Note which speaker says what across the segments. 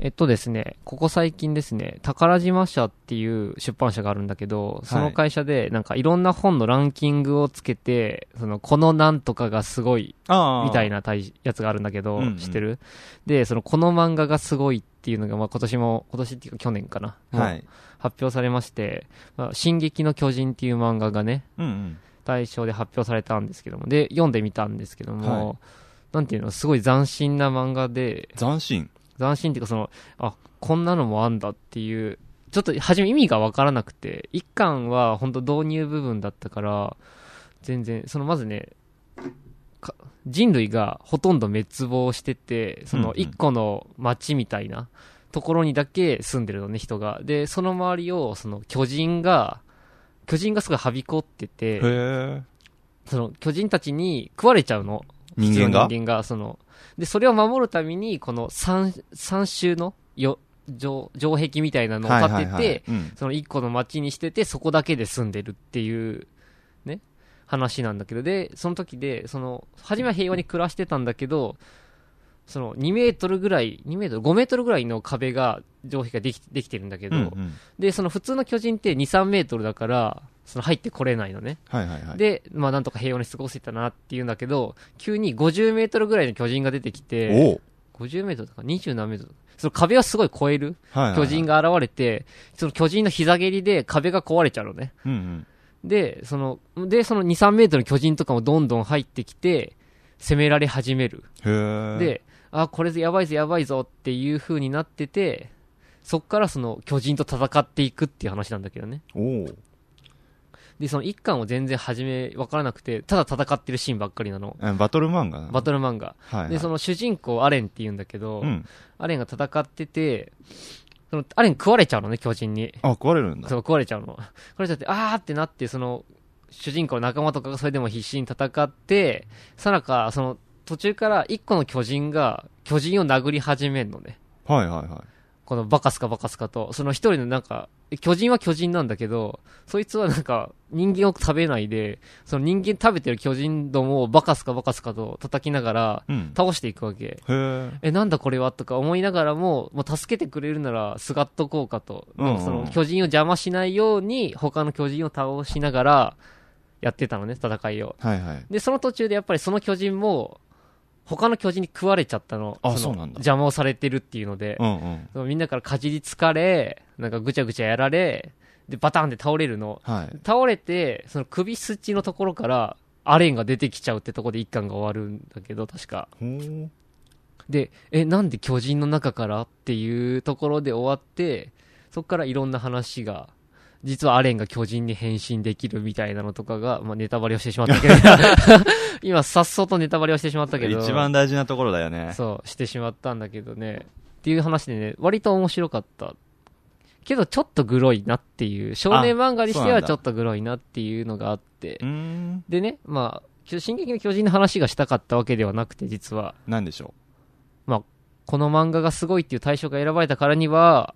Speaker 1: えっとですね、ここ最近ですね、宝島社っていう出版社があるんだけど、その会社で、なんかいろんな本のランキングをつけて、その、このなんとかがすごい、
Speaker 2: あ
Speaker 1: みたい
Speaker 2: な。
Speaker 1: なたいやつがあるんだけど、
Speaker 2: うんうん
Speaker 1: 知ってるで、その、この漫画がすごいっていうのが、まあ今年も、今年っていうか去年かな、もう
Speaker 2: はい。
Speaker 1: 発表されまして、まあ、進撃の巨人っていう漫画がね、
Speaker 2: うん
Speaker 1: 対象で発表されたんですけども、で、読んでみたんですけども、
Speaker 2: は
Speaker 1: なんていうの、すごい斬新な漫画で、
Speaker 2: うん。斬新。
Speaker 1: 斬新っていうかその、あ、こんなのもあんだっていう、ちょっと初め意味がわからなくて、一巻は本当導入部分だったから、全然、そのまずね、か人類がほとんど滅亡してて、そ
Speaker 2: うん
Speaker 1: の
Speaker 2: うん
Speaker 1: 一個の町みたいなところにだけ住んでるのね、人が。で、その周りを、その巨人が、巨人がすごいはびこってて
Speaker 2: へ、え。
Speaker 1: その巨人たちに食われちゃうの。
Speaker 2: 人
Speaker 1: 普通
Speaker 2: 間が
Speaker 1: の人間が、その、で、それを守るために、この三、三州の、よ、城、城壁みたいなのを建てて、
Speaker 2: はいはいはいうん
Speaker 1: その一個の町にしてて、そこだけで住んでるっていう、ね、話なんだけど、で、その時で、その、初めは平和に暮らしてたんだけど、その2メートルぐらい、2メートル、5メートルぐらいの壁が、城壁ができできてるんだけど、
Speaker 2: うんうん
Speaker 1: で、その普通の巨人って2、3メートルだから、その入ってこれないのね。
Speaker 2: はいはいはい。
Speaker 1: で、まあなんとか平穏に過ごせたなっていうんだけど、急に50メートルぐらいの巨人が出てきて、
Speaker 2: おう
Speaker 1: 50メートルとか20何メートルその壁をすごい超える
Speaker 2: はいはいは
Speaker 1: 巨
Speaker 2: い
Speaker 1: 人が現れて、その巨人の膝蹴りで壁が壊れちゃうのね。
Speaker 2: うんうん。
Speaker 1: で、その、で、その2、3メートルの巨人とかもどんどん入ってきて、攻められ始める。
Speaker 2: へえ。、
Speaker 1: で、あ、これやばいぞやばいぞっていう風になってて、そっからその巨人と戦っていくっていう話なんだけどね。
Speaker 2: おう
Speaker 1: で、その1巻を全然始めわからなくて、ただ戦ってるシーンばっかりなの。
Speaker 2: あバトル漫画なの
Speaker 1: バトル漫画。
Speaker 2: はいはい。
Speaker 1: で、その主人公、アレンって言うんだけど、
Speaker 2: うん。
Speaker 1: アレンが戦ってて、そのアレン食われちゃうのね、巨人に。
Speaker 2: あ、壊れるんだ
Speaker 1: そ。う、食われちゃうの。 食われちゃって、あーってなって、その、主人公の仲間とかがそれでも必死に戦って、さなか、その、途中から一個の巨人が、巨人を殴り始めんのね。
Speaker 2: はいはいは
Speaker 1: このバカスカバカスカと、その一人のなんか、巨人は巨人なんだけど、そいつはなんか、人間を食べないで、その人間食べてる巨人どもをバカスカバカスカと叩きながら、
Speaker 2: い。うん。
Speaker 1: 倒していくわけ。
Speaker 2: へえ。
Speaker 1: え、なんだこれはとか思いながらも、もう助けてくれるならすがっとこうかと。
Speaker 2: うんうん
Speaker 1: その巨人を邪魔しないように、他の巨人を倒しながら、やってたのね、戦いを。
Speaker 2: はいはい。
Speaker 1: で、その途中でやっぱりその巨人も、他の巨人に食われちゃったの。
Speaker 2: あ
Speaker 1: の
Speaker 2: そうなんだ
Speaker 1: 邪魔をされてるっていうので
Speaker 2: う、んうん。
Speaker 1: そのみんなからかじりつかれ、なんかぐちゃぐちゃやられ、で、バタンって倒れるの。
Speaker 2: はい。
Speaker 1: 倒れて、その首筋のところから、アレンが出てきちゃうってとこで一巻が終わるんだけど、確か。
Speaker 2: ほう。
Speaker 1: で、え、なんで巨人の中からっていうところで終わって、そこからいろんな話が、実はアレンが巨人に変身できるみたいなのとかが、まあ、ネタバレをしてしまった けど、今、さっそとネタバレをしてしまったけど、
Speaker 2: 一番大事なところだよね。
Speaker 1: そう、してしまったんだけどね、っていう話でね、割と面白かった。けど、ちょっとグロいなっていう、少年漫画にして
Speaker 2: そうなん
Speaker 1: は
Speaker 2: だ
Speaker 1: ちょっとグロいなっていうのがあって
Speaker 2: うー、ん。
Speaker 1: でね、まあ、きょ進撃の巨人の話がしたかったわけではなくて、実は。
Speaker 2: なんでしょ
Speaker 1: この漫画がすごいっていう対象が選ばれたからには、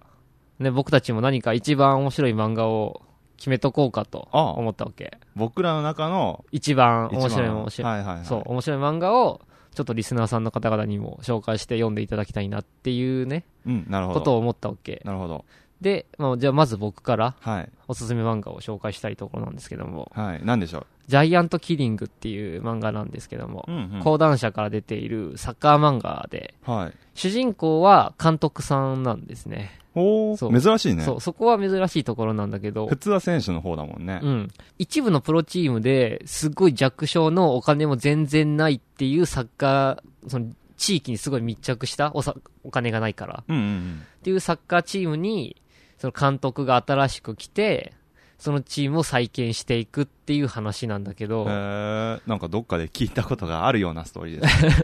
Speaker 1: ね、僕たちも何か一番面白い漫画を決めとこうかと
Speaker 2: ああ
Speaker 1: 思ったわけ。
Speaker 2: う。僕らの中の
Speaker 1: 一番
Speaker 2: 一番
Speaker 1: 面白い面白い、
Speaker 2: はいはいはい。
Speaker 1: そう、面白い漫画を、ちょっとリスナーさんの方々にも紹介して読んでいただきたいなっていうね、
Speaker 2: うん、なるほ
Speaker 1: こ
Speaker 2: ど。
Speaker 1: とを思ったわけ。
Speaker 2: なるほど。
Speaker 1: で、まあ、じゃあまず僕から
Speaker 2: はい。
Speaker 1: おすすめ漫画を紹介したいところなんですけども、
Speaker 2: はい。なんでしょ
Speaker 1: ジャイアントキリングっていう漫画なんですけども
Speaker 2: う。、ん
Speaker 1: 講談社から出ているサッカー漫画で、
Speaker 2: はい。
Speaker 1: 主人公は監督さんなんですね。
Speaker 2: お
Speaker 1: そう
Speaker 2: ー、珍しいね。
Speaker 1: そう、そこは珍しいところなんだけど
Speaker 2: 普、通は選手の方だもんね
Speaker 1: う。ん。一部のプロチームですっごい弱小のお金も全然ないっていうサッカー、その地域にすごい密着したおさお金がないから
Speaker 2: うんうんうん。
Speaker 1: っていうサッカーチームに、その監督が新しく来て、そのチームを再建していくっていう話なんだけど、
Speaker 2: へーなんかどっかで聞いたことがあるようなストーリ ーですね。はい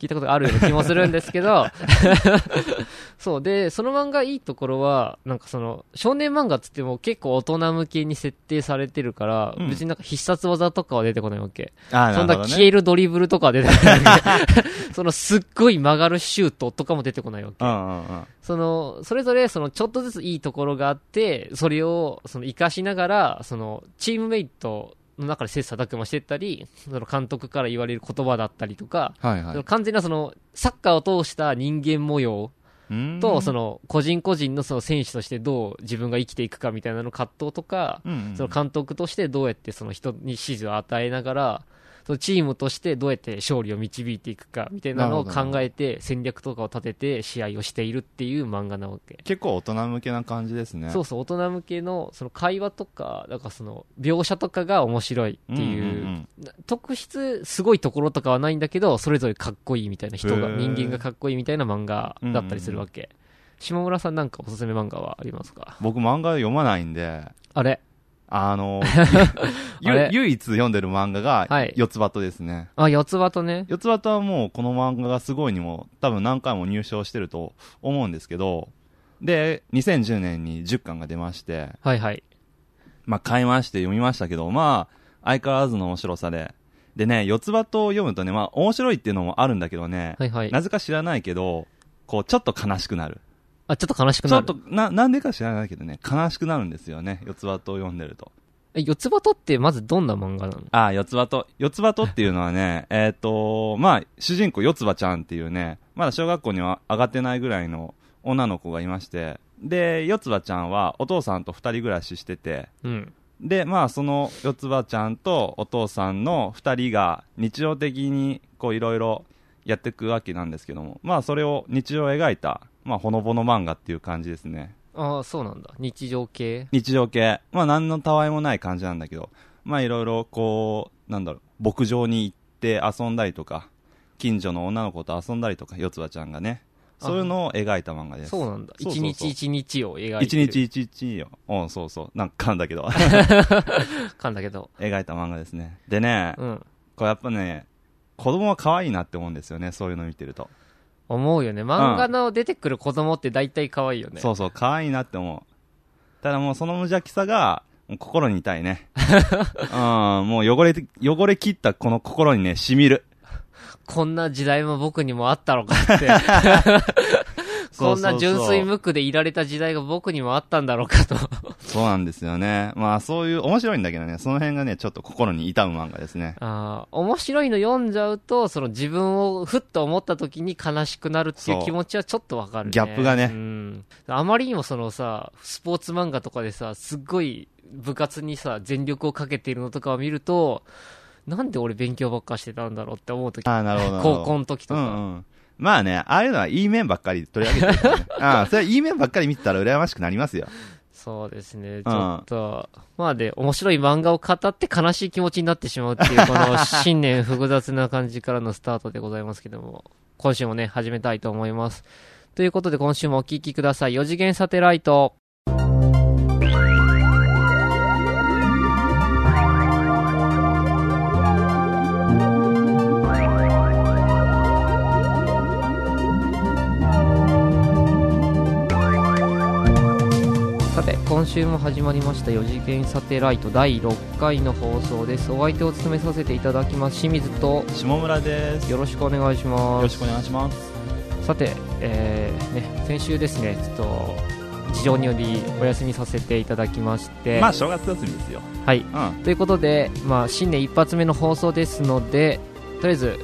Speaker 1: 聞いたことがあるような気もするんですけ ど、そう、で、その漫画いいところは、なんかその、少年漫画っつっても結構大人向けに設定されてるから、
Speaker 2: うん
Speaker 1: 別になんか必殺技とかは出てこないわけ。
Speaker 2: あー
Speaker 1: そん
Speaker 2: な
Speaker 1: な
Speaker 2: るほど
Speaker 1: 消
Speaker 2: ね。
Speaker 1: えるドリブルとかは出てこないわ け。 そのすっごい曲がるシュートとかも出てこないわ
Speaker 2: う
Speaker 1: け。
Speaker 2: んうんうん。
Speaker 1: その、それぞれそのちょっとずついいところがあって、それをその活かしながら、そのチームメイトの中で切磋琢磨してったり、その監督から言われる言葉だったりとか、
Speaker 2: はい
Speaker 1: そ
Speaker 2: は
Speaker 1: の
Speaker 2: い。
Speaker 1: 完全なその、サッカーを通した人間模様
Speaker 2: うん
Speaker 1: と、そ、の、個人個人のその選手としてどう自分が生きていくかみたいなの葛藤とか、
Speaker 2: うんうん
Speaker 1: その監督としてどうやってその人に指示を与えながら、そのチームとしてどうやって勝利を導いていくかみたいなのを
Speaker 2: なるほど
Speaker 1: 考えて戦略とかを立てて試合をしているっていう漫画なわけ。
Speaker 2: 結構大人向けな感じですね。
Speaker 1: そうそう、大人向けのその会話とか、なんかその描写とかが面白いっていう、
Speaker 2: んんん
Speaker 1: 特筆すごいところとかはないんだけど、それぞれかっこいいみたいな人が、
Speaker 2: へー
Speaker 1: 人間がかっこいいみたいな漫画だったりするわけ。下村さんなんかおすすめ漫画はありますか
Speaker 2: 僕漫画読まないんで、
Speaker 1: あれ
Speaker 2: あ の、
Speaker 1: あれ
Speaker 2: ゆ唯一読んでる漫画が
Speaker 1: はい、
Speaker 2: 四つ葉とですね。
Speaker 1: あ、四つ葉とね。
Speaker 2: 四つ葉とはもうこの漫画がすごいにも多分何回も入賞してると思うんですけど、で、2010年に10巻が出まして、
Speaker 1: はいはい。
Speaker 2: まあ買いまして読みましたけど、まあ相変わらずの面白さで、でね、四つ葉と読むとね、まあ面白いっていうのもあるんだけどね、
Speaker 1: はいはい。
Speaker 2: なぜか知らないけど、こうちょっと悲しくなる。
Speaker 1: あ、ちょっと悲しく
Speaker 2: ちょ
Speaker 1: な
Speaker 2: っ
Speaker 1: る。
Speaker 2: と、な、なんでか知らないけどね、悲しくなるんですよね、四つ葉と読んでると。
Speaker 1: え、四つ葉とってまずどんな漫画なの
Speaker 2: ああ、四つ葉と。四つ葉とっていうのはね、えっと、まあ、主人公四つ葉ちゃんっていうね、まだ小学校には上がってないぐらいの女の子がいまして、で、四つ葉ちゃんはお父さんと二人暮らししてて、
Speaker 1: うん。
Speaker 2: で、まあ、その四つ葉ちゃんとお父さんの二人が日常的にこういろいろやっていくわけなんですけども、まあ、それを日常を描いた、まあ、ほのぼの漫画っていう感じですね。
Speaker 1: ああ、そうなんだ。日常系。
Speaker 2: 日常系。まあ、何のたわいもない感じなんだけど、まあ、いろいろ、こう、なんだろう、牧場に行って遊んだりとか、近所の女の子と遊んだりとか、四つ葉ちゃんがね。そういうのを描いた漫画です。
Speaker 1: そうなんだ。
Speaker 2: そうそう
Speaker 1: 一
Speaker 2: そ
Speaker 1: 日
Speaker 2: う
Speaker 1: 一日を描い
Speaker 2: 一
Speaker 1: てる。
Speaker 2: 日一日よ。うん、そうそう。なんか噛んだけど。
Speaker 1: かんだけど。
Speaker 2: 描いた漫画ですね。でね、
Speaker 1: うん。
Speaker 2: これやっぱね、子供は可愛いなって思うんですよね。そういうの見てると。
Speaker 1: 思うよね。漫画の出てくる子供って大体可愛いよね。
Speaker 2: そうそう、可愛いなって思う。ただもうその無邪気さが、もう心に痛 いね。うん、もう汚れて、汚れ切ったこの心にね、染みる。
Speaker 1: こんな時代も僕にもあったのかって。こんな純粋無垢でいられた時代が僕にもあったんだろうかと。
Speaker 2: そうなんですよね。まあそういう、面白いんだけどね、その辺がね、ちょっと心に痛む漫画ですね。
Speaker 1: あー面白いの読んじゃうと、その自分をふっと思った時に悲しくなるっていう
Speaker 2: そう
Speaker 1: 気持ちはちょっとわかるね。
Speaker 2: ギャップがね
Speaker 1: うん。あまりにもそのさ、スポーツ漫画とかでさ、すっごい部活にさ、全力をかけているのとかを見ると、なんで俺勉強ばっかしてたんだろうって思う時、
Speaker 2: ああ、なるほどなるほど。
Speaker 1: 高校の時と
Speaker 2: う
Speaker 1: か。
Speaker 2: んうん。まあね、ああいうのはいい面ばっかり取り上げてる からね。ああ、それはいい面ばっかり見てたら羨ましくなりますよ。
Speaker 1: そうですね、ちょっと、まあで、面白い漫画を語って悲しい気持ちになってしまうっていう、こ の新年複雑な感じからのスタートでございますけども、今週もね、始めたいと思います。ということで、今週もお聴きください。4次元サテライト。さて今週も始まりました4次元サテライト第6回の放送ですお相手を務めさせていただきます清水と
Speaker 2: 下村です。
Speaker 1: よ
Speaker 2: よ
Speaker 1: ろしくお願いします
Speaker 2: ろしくお願いします。
Speaker 1: さて、えーね、先週ですね、ちょっと事情によりお休みさせていただきまして、
Speaker 2: まあ正月休みですよ。
Speaker 1: はい、
Speaker 2: うん。
Speaker 1: ということで、まあ、新年一発目の放送ですので、とりあえず、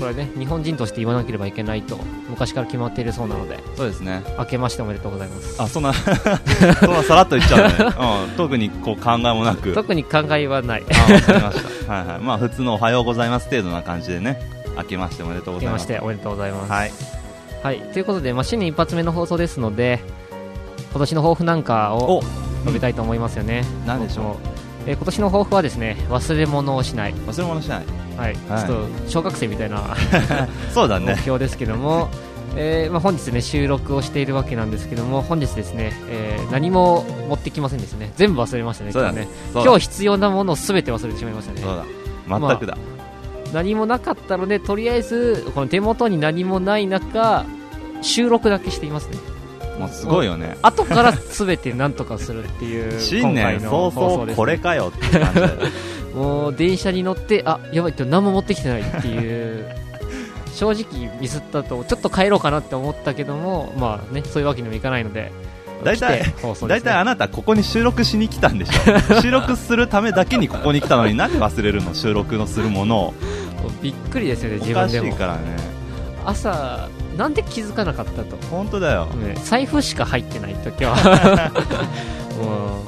Speaker 1: これね、日本人として言わなければいけないと、昔から決まっているそうなので、
Speaker 2: そうですね。
Speaker 1: 明けましておめでとうございます。
Speaker 2: あ、そんな、 そんなさらっと言っちゃうね。うん。特にこう考えもなく。
Speaker 1: 特に考えはない。
Speaker 2: あわかりました。はいはい。まあ普通のおはようございます程度な感じでね、明けましておめでとう
Speaker 1: 明
Speaker 2: ござ
Speaker 1: け
Speaker 2: いま。
Speaker 1: ますしておめでとうございます。
Speaker 2: はい。
Speaker 1: はい、ということで、まあ、新年一発目の放送ですので、今年の抱負なんかを
Speaker 2: お
Speaker 1: 述べたいと思いますよね。
Speaker 2: 何でしょ
Speaker 1: うえー今年の抱負はですね、忘れ物をしない。
Speaker 2: う忘れ物しない。
Speaker 1: はい、
Speaker 2: はい
Speaker 1: ちょっと小学生みたいな
Speaker 2: そうだ
Speaker 1: 目
Speaker 2: ね。
Speaker 1: 標ですけど も、えーまあ、本日ね収録をしているわけなんですけども本日ですね、えー何も持ってきませんでしたね全部忘れましたね
Speaker 2: そう
Speaker 1: 今
Speaker 2: だ
Speaker 1: 日ね
Speaker 2: そうだ
Speaker 1: 今日必要なものを全て忘れてしまいました
Speaker 2: そう
Speaker 1: ね
Speaker 2: だ。全くだ。
Speaker 1: 何もなかったのでとりあえずこの手元に何もない中収録だけしていますね
Speaker 2: もうすごいよね。
Speaker 1: 後から全て何とかするっていう
Speaker 2: 新年
Speaker 1: 今回
Speaker 2: 早
Speaker 1: の放送
Speaker 2: 々
Speaker 1: ですね
Speaker 2: これかよっていう感じだよね
Speaker 1: もう電車に乗ってあやばい今日何も持ってきてないっていう 正直ミスったとちょっと帰ろうかなって思ったけどもまあねそういうわけにもいかないので
Speaker 2: 大体
Speaker 1: 来て放送で
Speaker 2: 大
Speaker 1: すね
Speaker 2: 体あなたここに収録しに来たんでしょ 収録するためだけにここに来たのになんで忘れるの収録のするものを
Speaker 1: びっくりですよね
Speaker 2: お
Speaker 1: 自
Speaker 2: か
Speaker 1: 分
Speaker 2: し
Speaker 1: で
Speaker 2: い
Speaker 1: も
Speaker 2: からね
Speaker 1: 朝なんで気づかなかったと、
Speaker 2: 本当だよ、
Speaker 1: ね、財布しか入ってない時は もう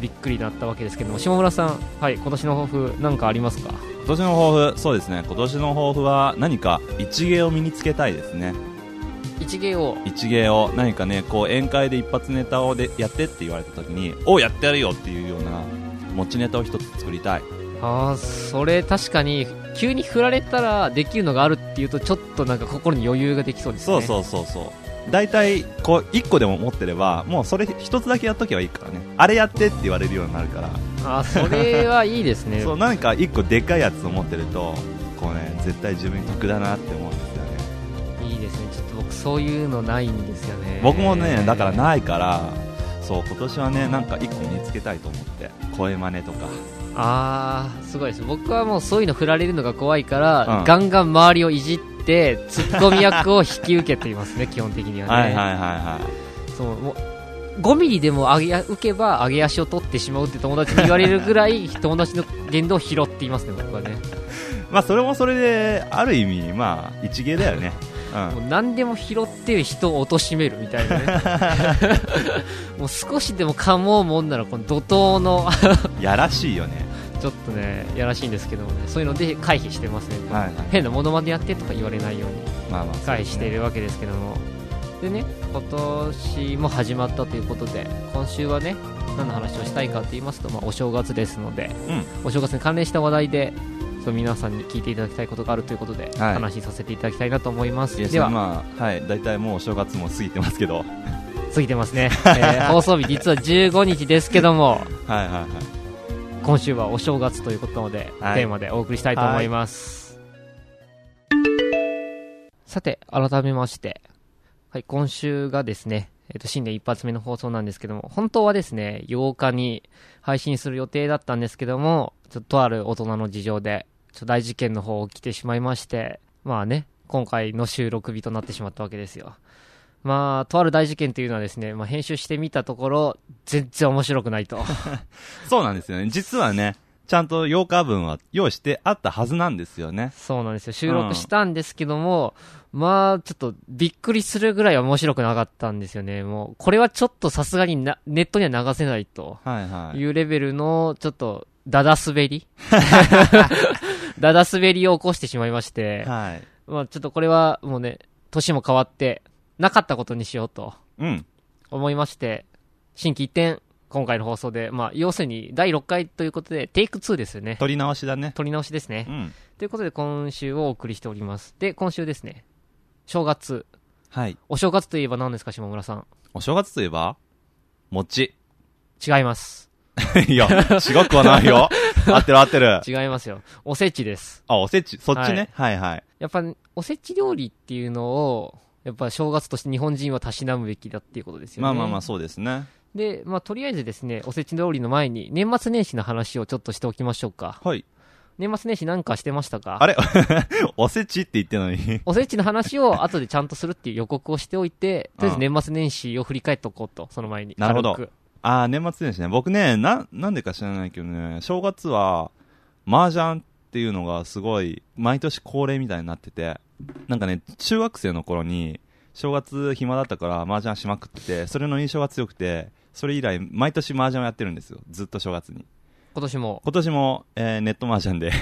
Speaker 1: びっくりだったわけですけども下村さん、はい、今年の抱負なんかありますか
Speaker 2: 今年の抱負そうですね今年の抱負は何か一芸を身につけたいですね
Speaker 1: 一芸を
Speaker 2: 一芸を何かねこう宴会で一発ネタをでやってって言われた時におやってやるよっていうような持ちネタを一つ作りたい
Speaker 1: あーそれ確かに急に振られたらできるのがあるっていうとちょっとなんか心に余裕ができそうですね
Speaker 2: そうそうそうそう大体こう1個でも持ってればもうそれ一つだけやっとけばいいからねあれやってって言われるようになるから、
Speaker 1: あーそれはいいですね
Speaker 2: そうなんか1個でっかいやつを持ってるとこうね絶対自分に得だなって思うんですよね、
Speaker 1: いいですねちょっと僕そういうのないんですよね
Speaker 2: 僕もねだからないからそう今年はねなんか1個身につけたいと思って声真似とか
Speaker 1: あーすごいです僕はもうそういうの振られるのが怖いから、
Speaker 2: うん
Speaker 1: ガンガン周りをいじってツッコミ役を引き受けていますね 基本的にはね
Speaker 2: はいはいはいはい
Speaker 1: そうもう5ミリでも上げ受けば上げ足を取ってしまうって友達に言われるぐらい友達の言動を拾っていますね僕はね
Speaker 2: まあそれもそれである意味まあ一芸だよね
Speaker 1: も
Speaker 2: う
Speaker 1: う何でも拾って人を貶としめるみたいなね もう少しでもかもうもんならこの怒涛の
Speaker 2: んやらしいよね
Speaker 1: ちょっとねやらしいんですけどもねそういうので回避してますね、
Speaker 2: はいはい
Speaker 1: 変なものまでやってとか言われないように
Speaker 2: まあまあそう
Speaker 1: 回
Speaker 2: で
Speaker 1: 避し
Speaker 2: す
Speaker 1: てい
Speaker 2: ね
Speaker 1: るわけですけどもでね今年も始まったということで今週はね何の話をしたいかと言いますと、まあ、お正月ですので
Speaker 2: うん
Speaker 1: お正月に関連した話題でそう皆さんに聞いていただきたいことがあるということで、
Speaker 2: はい
Speaker 1: 話しさせていただきたいなと思います
Speaker 2: いや
Speaker 1: では
Speaker 2: まあはい大体もうお正月も過ぎてますけどはい
Speaker 1: 過ぎてますね、えー放送日実は15日ですけども
Speaker 2: はいはい
Speaker 1: 今週はお正月ということなので、
Speaker 2: はい
Speaker 1: テーマでお送りしたいと思います、さて改めまして、はい、今週がですね、えっと新年一発目の放送なんですけども本当はですね8日に配信する予定だったんですけどもちょっととある大人の事情でちょっと大事件の方起きてしまいましてまあね今回の収録日となってしまったわけですよまあとある大事件というのはですね、まあ、編集してみたところ全然面白くないと
Speaker 2: そうなんですよね実はねちゃんと8日分は用意してあったはずなんですよね
Speaker 1: そうなんですよ。収録したんですけども、まあ、ちょっとびっくりするぐらい面白くなかったんですよね。もう、これはちょっとさすがになネットには流せないと
Speaker 2: はいはい
Speaker 1: いうレベルの、ちょっと、ダダ滑 りダダ滑りを起こしてしまいまして、
Speaker 2: はい
Speaker 1: まあちょっとこれはもうね、年も変わって、なかったことにしようと
Speaker 2: うん
Speaker 1: 思いまして、新規一転、今回の放送で、まあ要するに第6回ということで、テイク2ですよね。
Speaker 2: 取り直しだね
Speaker 1: 撮り直しですね
Speaker 2: う。ん
Speaker 1: ということで今週をお送りしております。で、今週ですね、正月。
Speaker 2: はい
Speaker 1: お正月といえば何ですか、下村さん。
Speaker 2: お正月といえば餅
Speaker 1: 違います。
Speaker 2: いや違くはないよ合ってる合ってる
Speaker 1: 違いますよ。おせちです。
Speaker 2: あおせちそっちねはいはい
Speaker 1: やっぱ、おせち料理っていうのを、やっぱ正月として日本人はたしなむべきだっていうことですよね。
Speaker 2: まあまあまあそうですね
Speaker 1: で、まあとりあえずですね、おせち料理の前に年末年始の話をちょっとしておきましょうか。
Speaker 2: はい
Speaker 1: 年末年始なんかしてましたか
Speaker 2: あれ おせちって言ってんのに
Speaker 1: おせちの話を 後でちゃんとするっていう予告をしておいて、とりあえず年末年始を振り返っとこうと、その前に。
Speaker 2: なるほど
Speaker 1: 軽く
Speaker 2: ああ年末年始ね僕ねななんでか知らないけどね正月は麻雀っていうのがすごい毎年恒例みたいになっててなんかね中学生の頃に正月暇だったから麻雀しまくっててそれの印象が強くてそれ以来毎年麻雀をやってるんですよずっと正月に
Speaker 1: 今年も。
Speaker 2: 今年も、えーネット麻 雀で、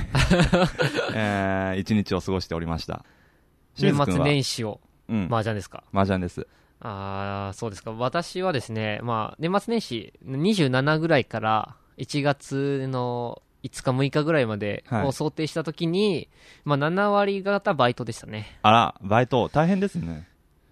Speaker 2: えー、一日を過ごしておりました。
Speaker 1: 年末
Speaker 2: 始。
Speaker 1: 年始を
Speaker 2: うん。
Speaker 1: 麻雀ですか、
Speaker 2: 麻雀です。
Speaker 1: ああそうですか私はですねまあ年末年始27ぐらいから1月の5日6日ぐらいまで
Speaker 2: はい
Speaker 1: を想定した時に、まあ7割方バイトでしたね
Speaker 2: あら、バイト、大変ですね。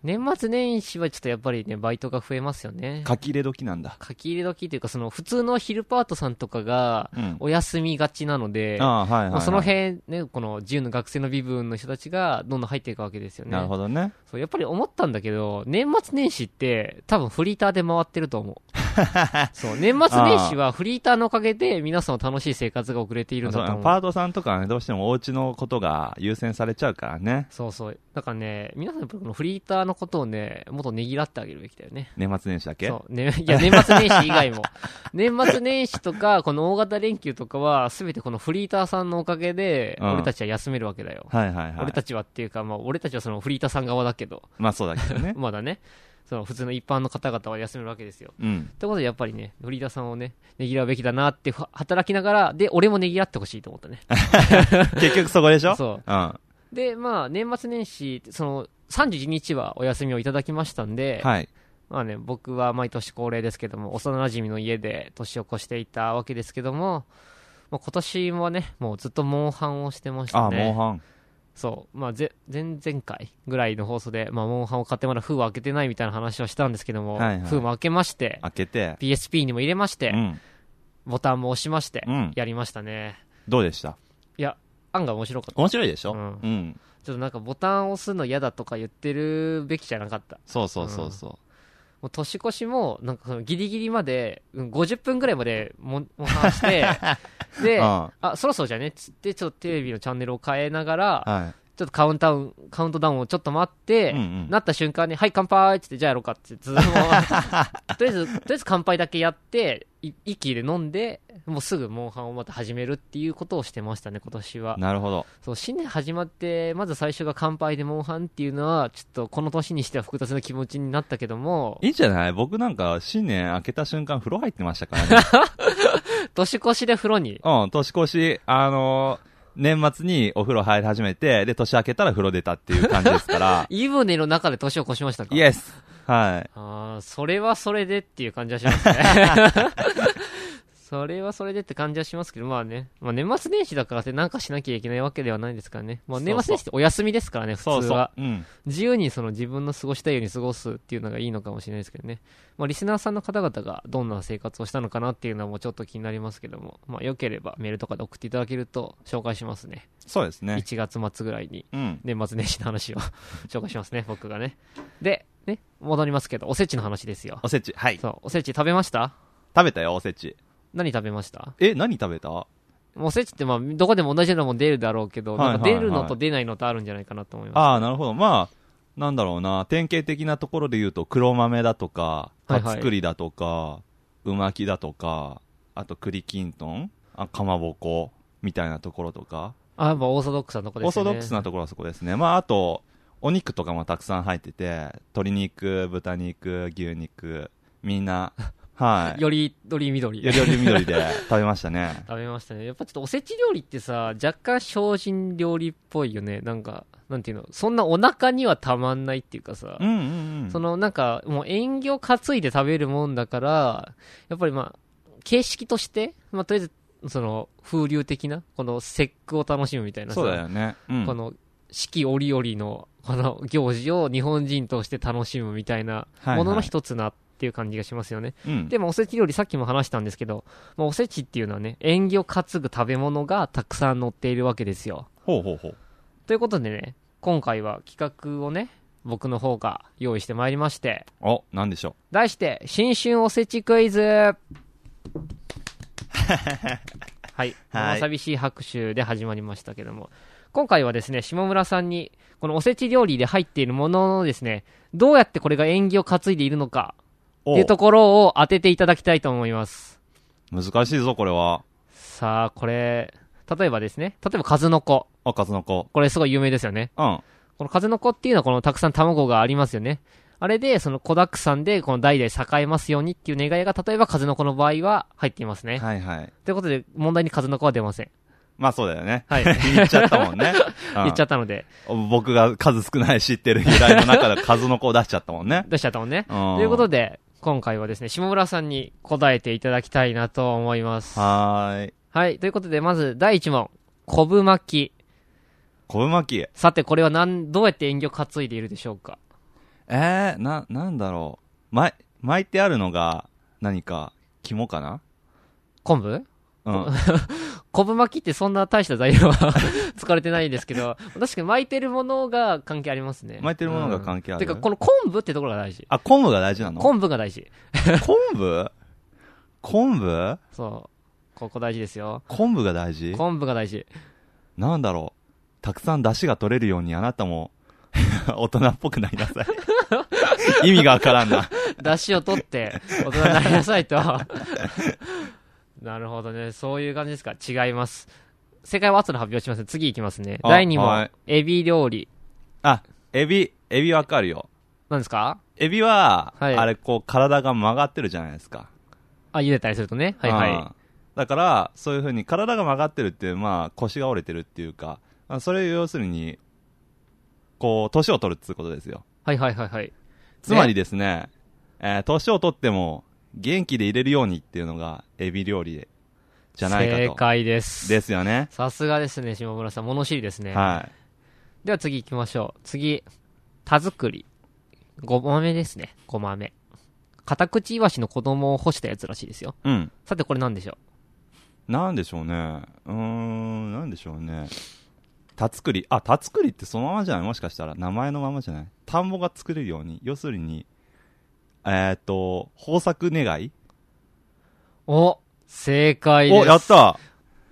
Speaker 1: 年末年始はちょっとやっぱりねバイトが増えますよね
Speaker 2: 書き入れ時なんだ。
Speaker 1: 書き入れ時というかその普通の昼パートさんとかが
Speaker 2: うん。
Speaker 1: お休みがちなので、
Speaker 2: ああ、はい、は
Speaker 1: ま
Speaker 2: いは
Speaker 1: あ
Speaker 2: い。
Speaker 1: その辺ねこの自由の学生の身分の人たちがどんどん入っていくわけですよね
Speaker 2: なるほどね。
Speaker 1: そうやっぱり思ったんだけど年末年始って多分フリーターで回ってると思うそう、年末年始はフリーターのおかげで皆さんの楽しい生活が遅れているん
Speaker 2: そ
Speaker 1: だと
Speaker 2: う
Speaker 1: 思
Speaker 2: パ
Speaker 1: う。
Speaker 2: ートさんとかはね、どうしてもお家のことが優先されちゃうからね。
Speaker 1: そうそう。だからね、皆さんやっぱこのフリーターのことをね、もっとねぎらってあげるべきだよね。
Speaker 2: 年末年始だけ。
Speaker 1: そう。ね、いや、年末年始以外も。 年末年始とか、この大型連休とかは、すべてこのフリーターさんのおかげで、
Speaker 2: うん
Speaker 1: 俺たちは休めるわけだよ。
Speaker 2: はいはいは
Speaker 1: 俺
Speaker 2: い。
Speaker 1: たちはっていうか、まあ、俺たちはそのフリーターさん側だけど、。
Speaker 2: まあそうだけどね
Speaker 1: まだね、その普通の一般の方々は休めるわけですよ。
Speaker 2: うん。
Speaker 1: ってことでやっぱりね、フリーダーさんをね、ねぎらうべきだなってふ働きながら、で、俺もねぎらってほしいと思ったね。
Speaker 2: 結局そこでしょ
Speaker 1: そ
Speaker 2: うん。
Speaker 1: う。で、まあ、年末年始、その、31日はお休みをいただきましたんで、
Speaker 2: はい。
Speaker 1: まあね、僕は毎年恒例ですけども、幼馴染の家で年を越していたわけですけども、もう今年はね、もうずっとモンハンをしてまし
Speaker 2: あ
Speaker 1: た
Speaker 2: あ、モン
Speaker 1: ね。
Speaker 2: ハン。
Speaker 1: そう。まあ、ぜ、前々回ぐらいの放送で、まあ、モンハンを買ってまだ封を開けてないみたいな話をしたんですけども、
Speaker 2: はいはい
Speaker 1: 封も開けまして、
Speaker 2: 開けて。
Speaker 1: PSP にも入れまして、
Speaker 2: うん。
Speaker 1: ボタンも押しまして、
Speaker 2: うん。
Speaker 1: やりましたね。
Speaker 2: どうでした
Speaker 1: いや、案外面白かった。
Speaker 2: 面白いでしょ
Speaker 1: うん
Speaker 2: うん。
Speaker 1: ちょっとなんかボタンを押すの嫌だとか言ってるべきじゃなかった。
Speaker 2: そうそうそうそ
Speaker 1: もう年越しも、なんかそのギリギリまで、うん50分ぐらいまでも、も話し て、
Speaker 2: う。
Speaker 1: で、
Speaker 2: うん。
Speaker 1: あ
Speaker 2: は
Speaker 1: そろそろじゃねっつって、ちょっとテレビのチャンネルを変えながら、
Speaker 2: い。
Speaker 1: ちょっとカウンタウン、カウントダウンをちょっと待って、
Speaker 2: うんうん
Speaker 1: なった瞬間に、はい、乾杯っつって、じゃあやろうかって、ずっともう とりあえず、とりあえず乾杯だけやって、い息で飲んで、もうすぐモンハンをまた始めるっていうことをしてましたね、今年は。
Speaker 2: なるほど。
Speaker 1: そう新年始まってまず最初が乾杯でモンハンっていうのはちょっとこの年にしては複雑な気持ちになったけども
Speaker 2: いいんじゃない僕なんか新年明けた瞬間風呂入ってましたか らね。
Speaker 1: 年越しで風呂に。
Speaker 2: うん、年越し、あのー年末にお風呂入り始めて、で、年明けたら風呂出たっていう感じですか ら
Speaker 1: 湯船の中で年を越しましたか
Speaker 2: イエスはい。
Speaker 1: ああそれはそれでっていう感じはします ねそれはそれでって感じはしますけどまあね、まあ、年末年始だからってなんかしなきゃいけないわけではないですからね、まあ、
Speaker 2: そうそう
Speaker 1: 年末年始ってお休みですからね普通は
Speaker 2: そうそう。うん。
Speaker 1: 自由にその自分の過ごしたいように過ごすっていうのがいいのかもしれないですけどね、まあ、リスナーさんの方々がどんな生活をしたのかなっていうのもちょっと気になりますけども、まあ、よければメールとかで送っていただけると紹介しますね
Speaker 2: そうですね。
Speaker 1: 1月末ぐらいに
Speaker 2: うん。
Speaker 1: 年末年始の話を 紹介しますね僕がねでね戻りますけどおせちの話ですよ
Speaker 2: おせち。はい。
Speaker 1: そうおせち食べました
Speaker 2: 食べたよ、おせち。
Speaker 1: 何食べました
Speaker 2: え、何食べた
Speaker 1: おせちってまあどこでも同じようなもん出るだろうけど、
Speaker 2: はいはいはい
Speaker 1: なんか出るのと出ないのとあるんじゃないかなと思います
Speaker 2: ああ、なるほど。まあ、なんだろうな。典型的なところで言うと、黒豆だとか、
Speaker 1: はいはい
Speaker 2: 初栗だとか、うまきだとか、あと栗きんとん、あかまぼこ、みたいなところとか、
Speaker 1: あやっぱオーソドックスなとこです
Speaker 2: オ
Speaker 1: ね
Speaker 2: ーソドックスなところはそこですね。まあ、あと、お肉とかもたくさん入ってて、鶏肉、豚肉、牛肉、みんな、はい。
Speaker 1: よりどり緑。
Speaker 2: よりより緑で食べましたね
Speaker 1: 食べましたねやっぱちょっとおせち料理ってさ若干精進料理っぽいよねなんかなんていうのそんなお腹にはたまんないっていうかさ
Speaker 2: うんうんうん。
Speaker 1: そのなんかもう縁起を担いで食べるもんだからやっぱりまあ形式として、まあ、とりあえずその風流的なこの節句を楽しむみたいなさ
Speaker 2: そうだよね。うん
Speaker 1: この四季折々のこの行事を日本人として楽しむみたいなものの一つなっていう感じがしますよね
Speaker 2: うん
Speaker 1: でもおせち料理さっきも話したんですけど、まあ、おせちっていうのはね縁起を担ぐ食べ物がたくさん載っているわけですよ
Speaker 2: ほうほうほう。
Speaker 1: ということでね今回は企画をね僕の方が用意してまいりまして
Speaker 2: お、なんでしょう。
Speaker 1: 題して新春おせちク イズはい、
Speaker 2: はい
Speaker 1: 寂しい拍手で始まりましたけども今回はですね下村さんにこのおせち料理で入っているもののですねどうやってこれが縁起を担いでいるのかっ
Speaker 2: お
Speaker 1: ていうところを当てていただきたいと思います
Speaker 2: 難しいぞ、これは。
Speaker 1: さあ、これ、例えばですね、例えば数の子。
Speaker 2: あ、数の子。
Speaker 1: これすごい有名ですよね。
Speaker 2: うん。
Speaker 1: この数の子っていうのはこのたくさん卵がありますよね。あれで、その子だくさんで、この代々栄えますようにっていう願いが、例えば数の子の場合は入っていますね。
Speaker 2: はいはい。
Speaker 1: ということで、問題に数の子は出ません。
Speaker 2: まあそうだよね。
Speaker 1: はい。
Speaker 2: 言っちゃったもん ね。うん
Speaker 1: 言っちゃったので、
Speaker 2: 僕が数少ない知ってる由来の中 で数の子を出しちゃったもんね。
Speaker 1: 出しちゃったもんね。
Speaker 2: と
Speaker 1: ということで、今回はですね、下村さんに答えていただきたいなと思います。
Speaker 2: はーい。
Speaker 1: はい。ということで、まず第1問。昆布巻き。
Speaker 2: 昆布巻き。
Speaker 1: さて、これはなん、どうやって縁起を担いでいるでしょうか
Speaker 2: えー、な、なんだろう。ま、巻いてあるのが、何か、肝かな
Speaker 1: 昆布
Speaker 2: うん。
Speaker 1: 昆布巻きってそんな大した材料は 使われてないんですけど、確かに巻いてるものが関係ありますね。
Speaker 2: 巻いてるものが関係あ
Speaker 1: う
Speaker 2: る
Speaker 1: んてか、この昆布ってところが大事。
Speaker 2: あ、昆布が大事なの
Speaker 1: 昆布が大事。
Speaker 2: 昆布昆布
Speaker 1: そう。ここ大事ですよ。
Speaker 2: 昆布が大事
Speaker 1: 昆布が大事。
Speaker 2: なんだろう。たくさん出汁が取れるようにあなたも、 大人っぽくなりなさ い。意味がわからんな。
Speaker 1: 出汁を取って、大人になりなさいと。 なるほどね。そういう感じですか。違います。正解は後で発表しますね。次いきますね。
Speaker 2: あ
Speaker 1: 第2問、
Speaker 2: はい
Speaker 1: エビ料理。
Speaker 2: あ、エビ、エビわかるよ。
Speaker 1: なんですか
Speaker 2: エビは、
Speaker 1: はい
Speaker 2: あれこう体が曲がってるじゃないですか。
Speaker 1: あ、茹でたりするとね。はいはい。
Speaker 2: うんだから、そういう風に体が曲がってるっていう、まあ腰が折れてるっていうか、あそれ要するに、こう、年を取るっていうことですよ。
Speaker 1: はいはいはいはい。
Speaker 2: つまりですね、えー年を取っても元気でいれるようにっていうのがエビ料理じゃないかと。
Speaker 1: 正解です。
Speaker 2: ですよね。
Speaker 1: さすがですね、下村さん。物知りですね。
Speaker 2: はい。
Speaker 1: では次行きましょう。次。田作り。ごまめですね。ごまめ。カタクチイワシの子供を干したやつらしいですよ。
Speaker 2: うん。
Speaker 1: さてこれなんでしょ
Speaker 2: なんでしょうね。うーん、なんでしょうね。田作り。あ、田作りってそのままじゃないもしかしたら。名前のままじゃない。田んぼが作れるように。要するに、えー、っと、豊作願い、
Speaker 1: うお正解です。
Speaker 2: お、やった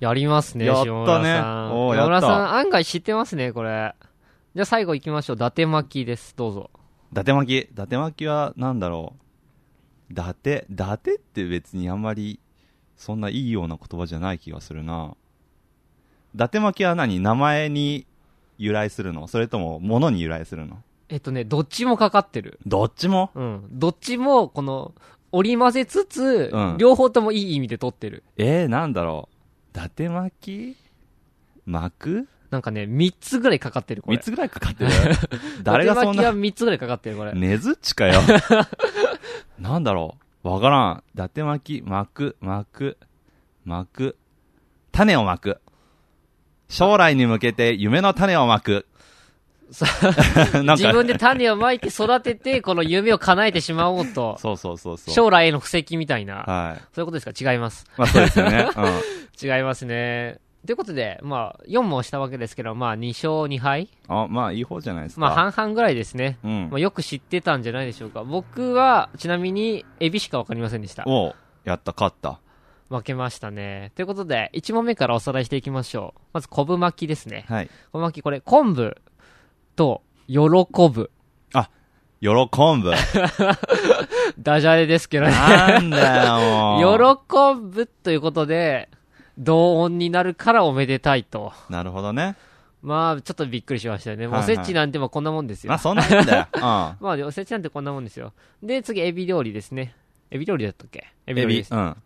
Speaker 1: やりますね、
Speaker 2: やったね
Speaker 1: 下村さん。
Speaker 2: おー
Speaker 1: 下村さ
Speaker 2: やっ
Speaker 1: ん、案外知ってますね、これ。じゃあ最後行きましょう。伊達巻きです。どうぞ。
Speaker 2: 伊達巻き。伊達巻きはなんだろう。伊達、伊達って別にあんまり、そんないいような言葉じゃない気がするな。伊達巻きは何名前に由来するのそれとも物に由来するの
Speaker 1: えっとね、どっちもかかってる。
Speaker 2: どっちも
Speaker 1: うん。どっちも、この、織り混ぜつつ、
Speaker 2: うん
Speaker 1: 両方ともいい意味で取ってる。
Speaker 2: えー、なんだろう。伊達巻き巻く
Speaker 1: なんかね、三つぐらいかかってる、これ。
Speaker 2: ?3 つぐらいかかっ てる誰がそん
Speaker 1: 伊達巻きは
Speaker 2: な、
Speaker 1: 三つぐらいかかってる、これ。
Speaker 2: ねずっち かよ。なんだろう。わからん。伊達巻き、巻く、巻く、巻く。種を巻く。将来に向けて夢の種を巻く。 なん
Speaker 1: 自
Speaker 2: か、
Speaker 1: 分で種をまいて育て て、この夢を叶えてしまおうと、
Speaker 2: そうそうそうそう。
Speaker 1: 将来への布石みたいな、
Speaker 2: はい。
Speaker 1: そういうことですか違います。
Speaker 2: まあそうですよね。うん。
Speaker 1: 違いますね。ということで、まあ、4問したわけですけど、まあ、2勝2敗
Speaker 2: あ、まあいい方じゃないですか。
Speaker 1: まあ、半々ぐらいですね。
Speaker 2: うん
Speaker 1: まあ、。よく知ってたんじゃないでしょうか。僕は、ちなみに、エビしかわかりませんでした。
Speaker 2: おうやった、勝った。
Speaker 1: 負けましたね。ということで、1問目からおさらいしていきましょう。まず、昆布巻きですね。
Speaker 2: はい。
Speaker 1: 昆布巻き、これ、昆布と、喜ぶ。
Speaker 2: 喜ぶ。
Speaker 1: ダジャレですけどね。
Speaker 2: なんだよ、 も
Speaker 1: 喜ぶということで、同音になるからおめでたいと。
Speaker 2: う。なるほどね。
Speaker 1: まあ、ちょっとびっくりしましたよね。もう
Speaker 2: はいは
Speaker 1: お
Speaker 2: い
Speaker 1: せちなんてもうこんなもんですよ。
Speaker 2: まあそんなも んだよ。う
Speaker 1: まあ、おせちなんてこんなもんですよ。で、次、エビ料理ですね。エビ料理だったっけエ
Speaker 2: ん。
Speaker 1: ビ
Speaker 2: エ
Speaker 1: 料理
Speaker 2: ビ
Speaker 1: で。す。
Speaker 2: うん。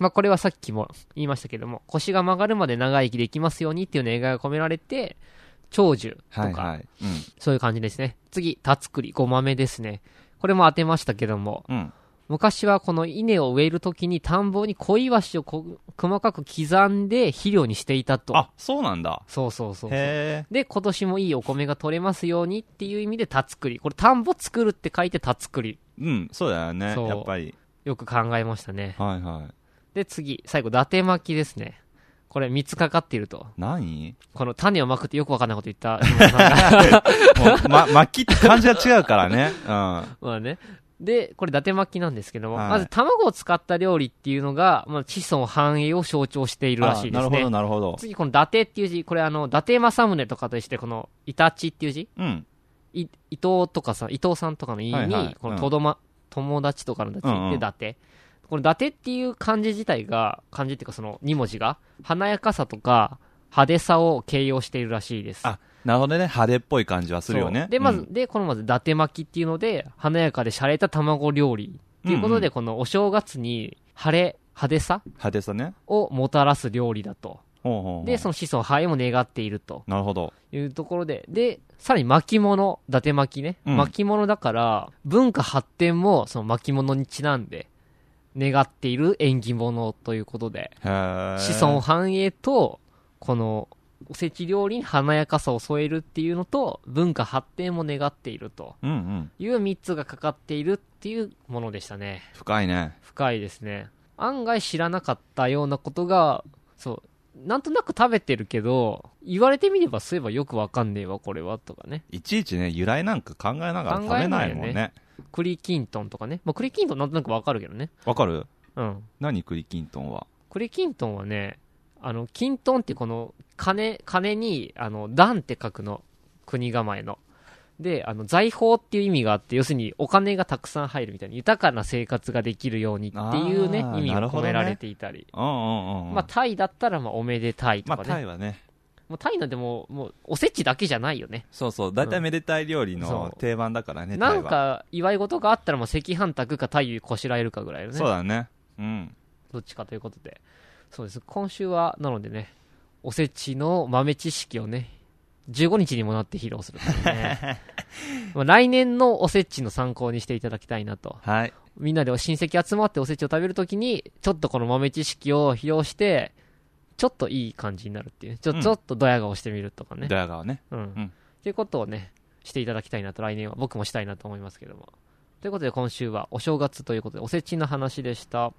Speaker 1: まあ、これはさっきも言いましたけども、腰が曲がるまで長生きできますようにっていう願いが込められて、長寿とか、
Speaker 2: はいはい。う
Speaker 1: そういう感じですね。次、田作り、ごまめですね。これも当てましたけども、
Speaker 2: ん。うん。
Speaker 1: 昔はこの稲を植えるときに田んぼに小イワシをこ細かく刻んで肥料にしていたと。
Speaker 2: あ、そうなんだ。
Speaker 1: そうそうそうそう。
Speaker 2: へえ。
Speaker 1: で、今年もいいお米が取れますようにっていう意味で田作り。これ田んぼ作るって書いて田作り。
Speaker 2: うん、そうだよね。
Speaker 1: そう
Speaker 2: やっぱり。
Speaker 1: よく考えましたね。
Speaker 2: はいはい。
Speaker 1: で、次、最後、伊達巻きですね。これ、三つかかっていると。
Speaker 2: 何
Speaker 1: この種をまくってよくわかんないこと言 った下村さんが。
Speaker 2: もう、ま、巻きって感じが違うからね。うん。
Speaker 1: まあね。で、これ、伊達巻きなんですけども、
Speaker 2: はい
Speaker 1: まず卵を使った料理っていうのが、まあ、子孫繁栄を象徴しているらしいです
Speaker 2: あなるほど、
Speaker 1: ね。
Speaker 2: なるほど。
Speaker 1: 次、この伊達っていう字、これ、あの、伊達政宗とかとして、この、イタチっていう字、
Speaker 2: うん。
Speaker 1: い伊藤とかさ、伊藤さんとかの意
Speaker 2: はい
Speaker 1: に、
Speaker 2: はい
Speaker 1: こ
Speaker 2: う
Speaker 1: の
Speaker 2: ん
Speaker 1: とどま、友達とかの達
Speaker 2: うんうん
Speaker 1: で伊達。この伊達っていう漢字自体が、漢字っていうかその2文字が、華やかさとか派手さを形容しているらしいです。
Speaker 2: あ、なるほどね。派手っぽい感じはするよ
Speaker 1: そ
Speaker 2: ね
Speaker 1: う。で、ま
Speaker 2: う
Speaker 1: ず
Speaker 2: ん、
Speaker 1: で、このまず伊達巻きっていうので、華やかで洒落た卵料理。っていうこと
Speaker 2: うんう
Speaker 1: で、このお正月に晴れ、派手さ
Speaker 2: 派手さね。
Speaker 1: をもたらす料理だと。
Speaker 2: ほうほうほう。
Speaker 1: で、その子孫繁栄も願っていると。
Speaker 2: なるほど。
Speaker 1: いうところで、で、さらに巻物、伊達巻きね。
Speaker 2: うん
Speaker 1: 巻物だから、文化発展もその巻物にちなんで、願っている縁起物ということで、
Speaker 2: へえ。
Speaker 1: 子孫繁栄と、この、おせち料理に華やかさを添えるっていうのと、文化発展も願っていると
Speaker 2: うんうん。
Speaker 1: いう3つがかかっているっていうものでしたね。
Speaker 2: 深いね。
Speaker 1: 深いですね。案外知らなかったようなことが、そう、なんとなく食べてるけど、言われてみればそういえばよくわかんねえわ、これは、とかね。
Speaker 2: いちいちね、由来なんか考えながら食
Speaker 1: 考え
Speaker 2: べないもん
Speaker 1: ないよ
Speaker 2: ね。
Speaker 1: 栗きんとんとかね。まあ、栗きんとんなんとなくわかるけどね。
Speaker 2: わかる
Speaker 1: うん。
Speaker 2: 何栗きんとんは
Speaker 1: 栗きんとんはね、あの、きんとんってこの、金、金に、あの、段って書くの。国構えの。で、あの、財宝っていう意味があって、要するにお金がたくさん入るみたいな、豊かな生活ができるようにっていうね
Speaker 2: あ、ー
Speaker 1: 意味
Speaker 2: なる
Speaker 1: が
Speaker 2: ほ
Speaker 1: 込
Speaker 2: どね
Speaker 1: められていたり。
Speaker 2: うんうんうん
Speaker 1: まあ、タイだったら、まあ、おめでたいと
Speaker 2: ま
Speaker 1: か
Speaker 2: あ
Speaker 1: ね。
Speaker 2: タイはね
Speaker 1: もうタイなんてもう、もう、おせちだけじゃないよね。
Speaker 2: そうそう大体めでたい料理
Speaker 1: そ
Speaker 2: の
Speaker 1: う
Speaker 2: 定番だからね
Speaker 1: な
Speaker 2: タイ
Speaker 1: ん
Speaker 2: は
Speaker 1: か、祝い事があったら、もう赤飯炊くか、太夫こしらえるかぐらいのね。
Speaker 2: そうだねうん
Speaker 1: どっちかということで。そうです。今週は、なのでね、おせちの豆知識をね、15日にもなって披露するから ね。まあ来年のおせちの参考にしていただきたいなと。
Speaker 2: はい
Speaker 1: みんなで親戚集まっておせちを食べるときに、ちょっとこの豆知識を披露して、ちょっといい感じになるっていうね。ちょ,、
Speaker 2: うん
Speaker 1: ちょっとドヤ顔してみるとかね
Speaker 2: ド。ヤ顔ね
Speaker 1: うん。
Speaker 2: ん
Speaker 1: っていうことをね、していただきたいなと、来年は僕もしたいなと思いますけども。ということで今週はお正月ということで、おせちの話でした。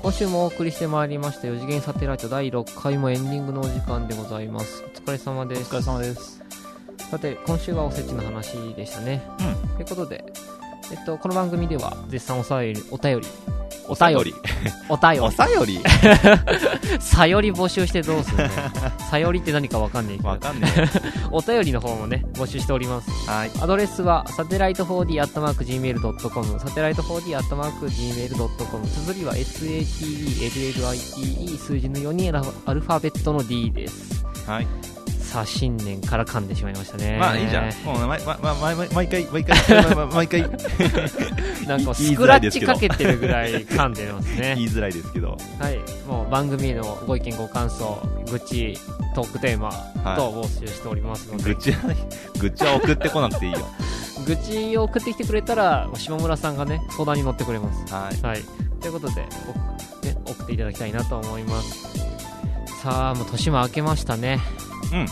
Speaker 1: 今週もお送りしてまいりました4次元サテライト第6回もエンディングのお時間でございますお疲れ様で
Speaker 2: お
Speaker 1: す
Speaker 2: 疲れ様です
Speaker 1: さて今週はおせちの話でしたね、ということで、えっと、この番組では絶賛おさよりお便り
Speaker 2: お
Speaker 1: 便り
Speaker 2: り
Speaker 1: お便
Speaker 2: お
Speaker 1: り
Speaker 2: さよ り
Speaker 1: さより募集してどうする のさよりって何かわかんないけど
Speaker 2: わかんねえ
Speaker 1: お便りの方もね募集しております
Speaker 2: はい
Speaker 1: アドレスはサテライト 4d.gmail.com サテライト 4d.gmail.com 綴りは SATELLITE 数字の4にアルファベットの D です
Speaker 2: はい
Speaker 1: さあ新年から噛んでしまいましたね
Speaker 2: まあいいじゃんもう毎毎毎毎毎回 毎回毎毎回
Speaker 1: なんか
Speaker 2: 言
Speaker 1: ス
Speaker 2: い
Speaker 1: ク
Speaker 2: づら
Speaker 1: ラ
Speaker 2: い
Speaker 1: ッ
Speaker 2: です
Speaker 1: チ
Speaker 2: けど
Speaker 1: かけてるぐらい噛んでますね
Speaker 2: 言いづらいですけど
Speaker 1: はい、もう番組へのご意見、ご感想、愚痴、トークテーマ
Speaker 2: い
Speaker 1: と募集しておりますので、
Speaker 2: 愚痴は愚痴は送ってこなくていいよ
Speaker 1: 愚痴を送ってきてくれたら、島村さんがね、相談に乗ってくれます。
Speaker 2: はい
Speaker 1: はい、ということで、おね、送っていただきたいなと思います。さあ、もう年も明けましたね。
Speaker 2: うん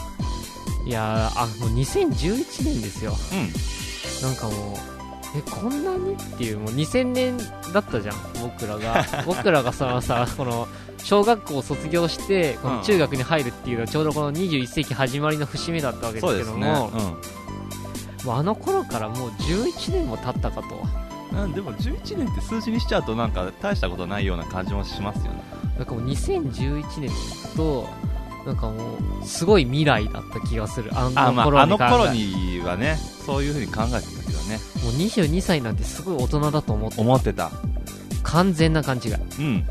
Speaker 1: いやー、あ、もう2011年ですよ。
Speaker 2: うん
Speaker 1: なんかもう、え、こんなにっていう、もう2000年だったじゃん、僕ら が。僕らがさ、さ、この、小学校を卒業して、こ
Speaker 2: う
Speaker 1: の
Speaker 2: ん
Speaker 1: 中学に入るっていうのは、ちょうどこの21世紀始まりの節目だったわけで
Speaker 2: そう
Speaker 1: す
Speaker 2: で
Speaker 1: け
Speaker 2: す
Speaker 1: ど
Speaker 2: ね
Speaker 1: も、もうあの頃からもう11年も経ったかと。
Speaker 2: うん、うん、でも11年って数字にしちゃうとなんか大したことないような感じもしますよね
Speaker 1: なんかもう2011年って聞くと、なんかもう、すごい未来だった気がする。あ
Speaker 2: あ,、
Speaker 1: の
Speaker 2: ま
Speaker 1: 頃
Speaker 2: あ、あ
Speaker 1: に
Speaker 2: の
Speaker 1: 考え、
Speaker 2: 頃にはねそういうふうに考えてたけどね
Speaker 1: もう22歳なんてすごい大人だと思って、
Speaker 2: 思ってた
Speaker 1: 完全な勘違い。
Speaker 2: うん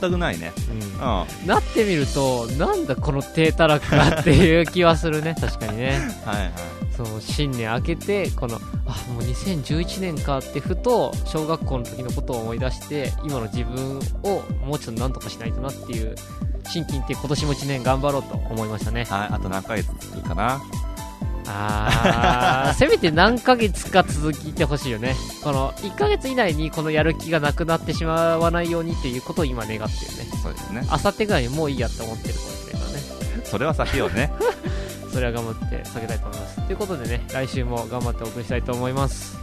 Speaker 2: 全くないね
Speaker 1: うん
Speaker 2: うん
Speaker 1: なってみるとなんだこの低たらくかっていう気はするね 確かにね
Speaker 2: はいはい
Speaker 1: そう新年明けてこのあもう2011年かってふと小学校の時のことを思い出して今の自分をもうちょっとなんとかしないとなっていう心機一転今年も1年頑張ろうと思いましたね
Speaker 2: はいあと何ヶ月続くかな
Speaker 1: あーせめて何ヶ月か続いてほしいよねこの1ヶ月以内にこのやる気がなくなってしまわないようにっていうことを今願ってるね
Speaker 2: そうですね
Speaker 1: あさってぐらいにもういいやって思ってるかもしれないからね
Speaker 2: それは避けようね
Speaker 1: それは頑張って避けたいと思いますということでね来週も頑張ってお送りしたいと思います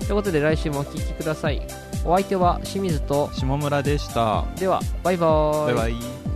Speaker 1: ということで来週もお聴きくださいお相手は清水と
Speaker 2: 下村でした
Speaker 1: ではバイバー
Speaker 2: バイバイ